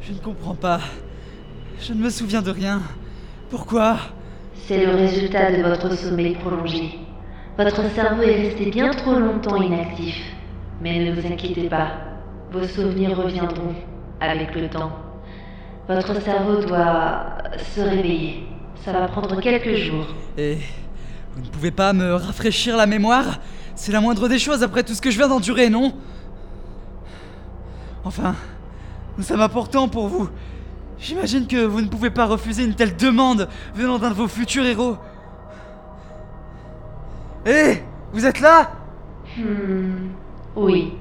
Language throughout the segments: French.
Je ne comprends pas. Je ne me souviens de rien. Pourquoi C'est le résultat de votre sommeil prolongé. Votre cerveau est resté bien trop longtemps inactif. Mais ne vous inquiétez pas, vos souvenirs reviendront avec le temps. Votre cerveau doit se réveiller. Ça va prendre quelques jours. Et vous ne pouvez pas me rafraîchir la mémoire C'est la moindre des choses après tout ce que je viens d'endurer, non Enfin, nous sommes importants pour vous. J'imagine que vous ne pouvez pas refuser une telle demande venant d'un de vos futurs héros. Hé Vous êtes là Hmm. Oui,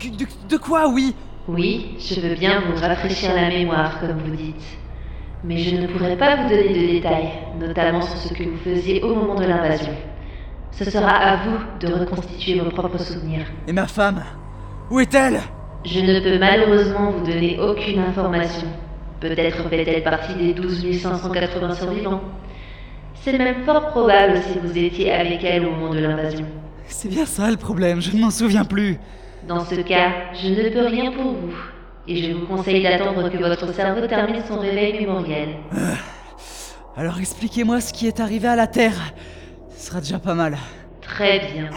Qu- de, de quoi, oui oui, je veux bien vous rafraîchir la mémoire, comme vous dites. Mais je ne pourrai pas vous donner de détails, notamment sur ce que vous faisiez au moment de l'invasion. Ce sera à vous de reconstituer vos propres souvenirs. Et ma femme Où est-elle Je ne peux malheureusement vous donner aucune information. Peut-être fait-elle partie des 12 580 survivants. C'est même fort probable si vous étiez avec elle au moment de l'invasion. C'est bien ça le problème, je ne m'en souviens plus. Dans ce cas, je ne peux rien pour vous. Et je vous conseille d'attendre que votre cerveau termine son réveil mémoriel. Alors expliquez-moi ce qui est arrivé à la Terre. Ce sera déjà pas mal. Très bien.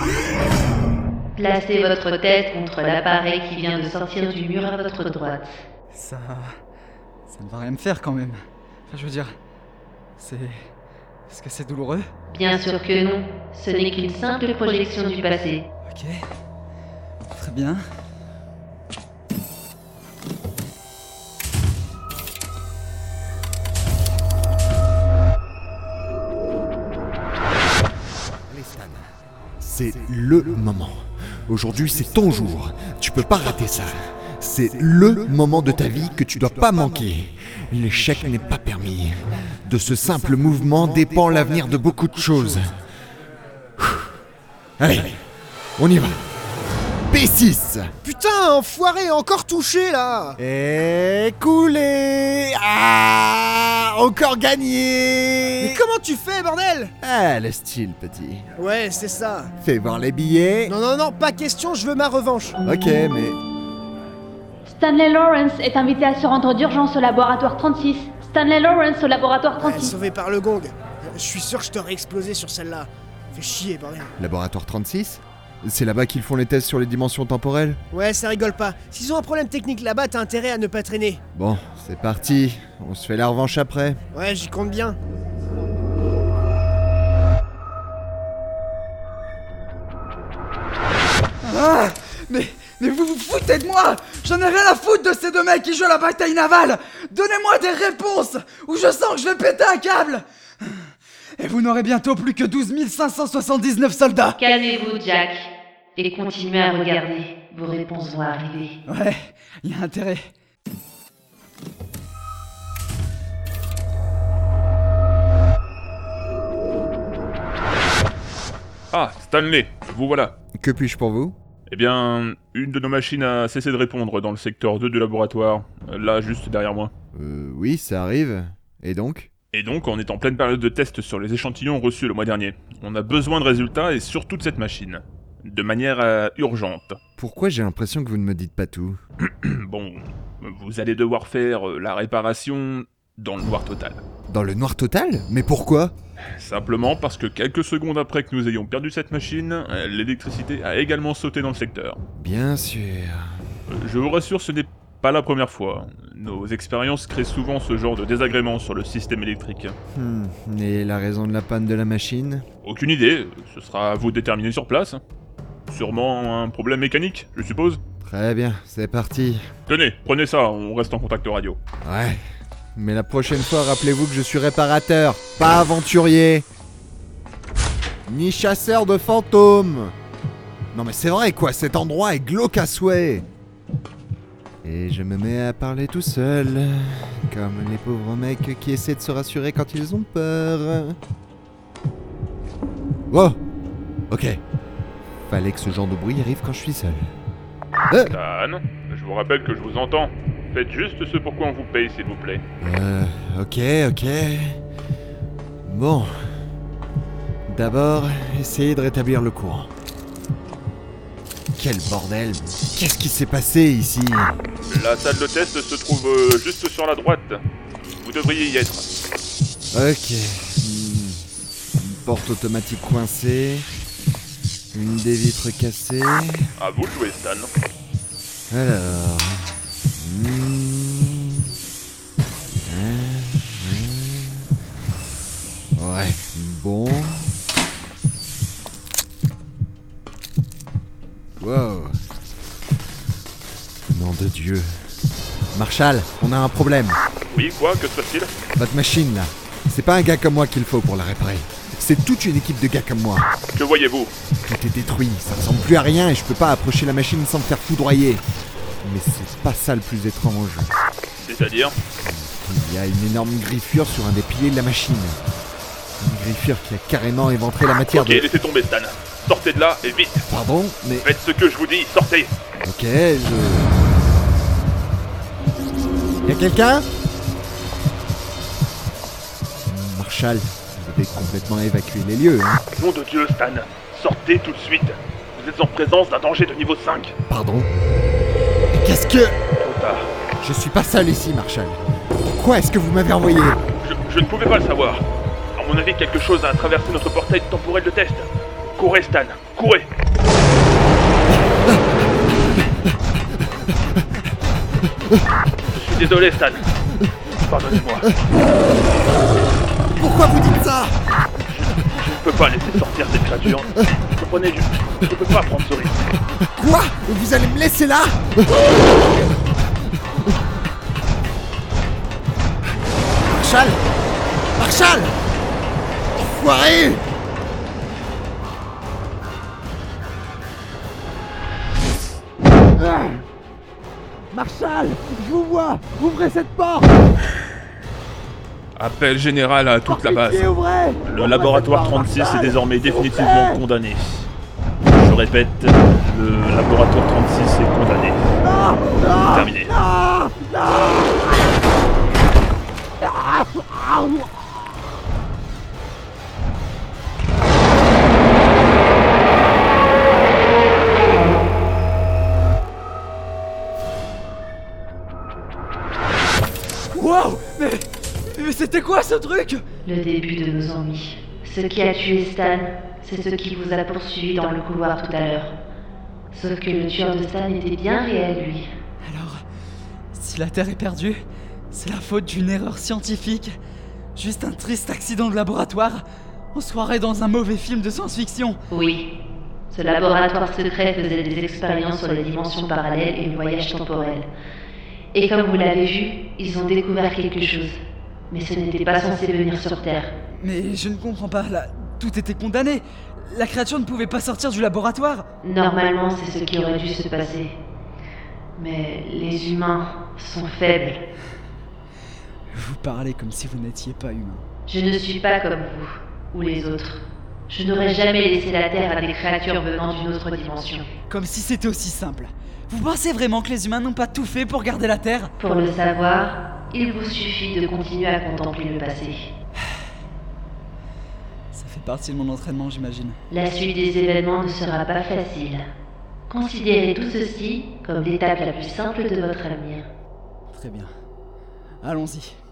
Placez votre tête contre l'appareil qui vient de sortir du mur à votre droite. Ça. Ça ne va rien me faire quand même. Enfin, je veux dire. C'est. Est-ce que c'est douloureux Bien sûr que non, ce n'est qu'une simple projection du passé. Ok. Très bien. C'est le moment. Aujourd'hui, c'est ton jour. Tu peux pas rater ça. C'est le moment de ta vie que tu dois pas manquer. L'échec n'est pas permis. De ce simple mouvement dépend l'avenir de beaucoup de choses. Allez, on y va. P6 Putain, enfoiré, encore touché là Et coulé Ah Encore gagné Mais comment tu fais, bordel Ah, le style, petit. Ouais, c'est ça. Fais voir les billets. Non, non, non, pas question, je veux ma revanche. Ok, mais... Stanley Lawrence est invité à se rendre d'urgence au laboratoire 36. Stanley Lawrence au laboratoire Ouais, 36. sauvé par le gong. Je suis sûr que je t'aurais explosé sur celle-là. Fais chier, bordel. Laboratoire 36 C'est là-bas qu'ils font les tests sur les dimensions temporelles Ouais, ça rigole pas. S'ils ont un problème technique là-bas, t'as intérêt à ne pas traîner. Bon, c'est parti. On se fait la revanche après. Ouais, j'y compte bien. Ah Mais. Mais vous vous foutez de moi J'en ai rien à foutre de ces deux mecs qui jouent à la bataille navale Donnez-moi des réponses Ou je sens que je vais péter un câble Et vous n'aurez bientôt plus que 12 579 soldats Calmez-vous, Jack, et continuez à regarder. Vos réponses vont arriver. Ouais, il y a intérêt. Ah, Stanley, vous voilà. Que puis-je pour vous Eh bien, une de nos machines a cessé de répondre dans le secteur 2 du laboratoire, euh, là juste derrière moi. Euh, oui, ça arrive. Et donc Et donc, on est en pleine période de test sur les échantillons reçus le mois dernier. On a besoin de résultats et surtout de cette machine. De manière euh, urgente. Pourquoi j'ai l'impression que vous ne me dites pas tout Bon, vous allez devoir faire euh, la réparation dans le noir total. Dans le noir total Mais pourquoi Simplement parce que quelques secondes après que nous ayons perdu cette machine, euh, l'électricité a également sauté dans le secteur. Bien sûr. Euh, Je vous rassure, ce n'est pas la première fois. Nos expériences créent souvent ce genre de désagrément sur le système électrique. Hmm, Et la raison de la panne de la machine Aucune idée, ce sera à vous de déterminer sur place. Sûrement un problème mécanique, je suppose. Très bien, c'est parti. Tenez, prenez ça, on reste en contact radio. Ouais. Mais la prochaine fois, rappelez-vous que je suis réparateur, pas aventurier. Ni chasseur de fantômes. Non mais c'est vrai quoi, cet endroit est glauque à souhait. Et je me mets à parler tout seul, comme les pauvres mecs qui essaient de se rassurer quand ils ont peur. Oh Ok. Fallait que ce genre de bruit arrive quand je suis seul. Euh, Dan, je vous rappelle que je vous entends. Faites juste ce pour quoi on vous paye, s'il vous plaît. Euh, ok, ok. Bon. D'abord, essayez de rétablir le courant. Quel bordel Qu'est-ce qui s'est passé ici La salle de test se trouve euh, juste sur la droite. Vous devriez y être. Ok. Hmm. Une porte automatique coincée. Une des vitres cassée. À vous de jouer, Stan. Alors. Hmm. Hein, hein. Ouais, bon. Wow. Nom de Dieu. Marshall, on a un problème. Oui, quoi Que se passe-t-il Votre machine là, c'est pas un gars comme moi qu'il faut pour la réparer. C'est toute une équipe de gars comme moi. Que voyez-vous Tout est détruit, ça ressemble plus à rien et je peux pas approcher la machine sans me faire foudroyer. Mais c'est pas ça le plus étrange. C'est-à-dire Il y a une énorme griffure sur un des piliers de la machine. Une griffure qui a carrément éventré la matière Ok, de. laissez tomber, Stan. Sortez de là et vite Pardon, mais. Faites ce que je vous dis, sortez Ok, je. Y a quelqu'un Marshall, vous avez complètement évacué les lieux, hein Nom de Dieu, Stan Sortez tout de suite Vous êtes en présence d'un danger de niveau 5. Pardon Mais Qu'est-ce que. Trop tard. Je suis pas seul ici, Marshall. Pourquoi est-ce que vous m'avez envoyé Je, je ne pouvais pas le savoir. À mon avis, quelque chose a traversé notre portail temporel de test. Courez, Stan Courez Je suis désolé, Stan. Pardonnez-moi. Je Pourquoi vous dites ça ne peux pas laisser sortir cette créature. Vous comprenez, je, je ne peux pas prendre ce risque. Quoi Vous allez me laisser là Marshall Marshall Enfoiré Ah. Marshall, je vous vois Ouvrez cette porte Appel général à toute la base. Pitié, ouvrez Le laboratoire 36 est désormais définitivement condamné. Je répète, le laboratoire 36 est condamné. Terminé. Wow Mais, mais c'était quoi ce truc Le début de nos ennuis. Ce qui a tué Stan, c'est ce qui vous a poursuivi dans le couloir tout à l'heure. Sauf que le tueur de Stan était bien réel, lui. Alors, si la Terre est perdue, c'est la faute d'une erreur scientifique. Juste un triste accident de laboratoire. On soirée dans un mauvais film de science-fiction. Oui. Ce laboratoire secret faisait des expériences sur les dimensions parallèles et le voyage temporel. Et comme vous l'avez vu, ils ont découvert quelque chose. Mais ce n'était pas censé venir sur Terre. Mais je ne comprends pas, là, tout était condamné. La créature ne pouvait pas sortir du laboratoire. Normalement, c'est ce qui aurait dû se passer. Mais les humains sont faibles. Vous parlez comme si vous n'étiez pas humain. Je ne suis pas comme vous, ou les autres. Je n'aurais jamais laissé la Terre à des créatures venant d'une autre dimension. Comme si c'était aussi simple. Vous pensez vraiment que les humains n'ont pas tout fait pour garder la Terre Pour le savoir, il vous suffit de continuer à contempler le passé. Ça fait partie de mon entraînement, j'imagine. La suite des événements ne sera pas facile. Considérez tout ceci comme l'étape la plus simple de votre avenir. Très bien. Allons-y.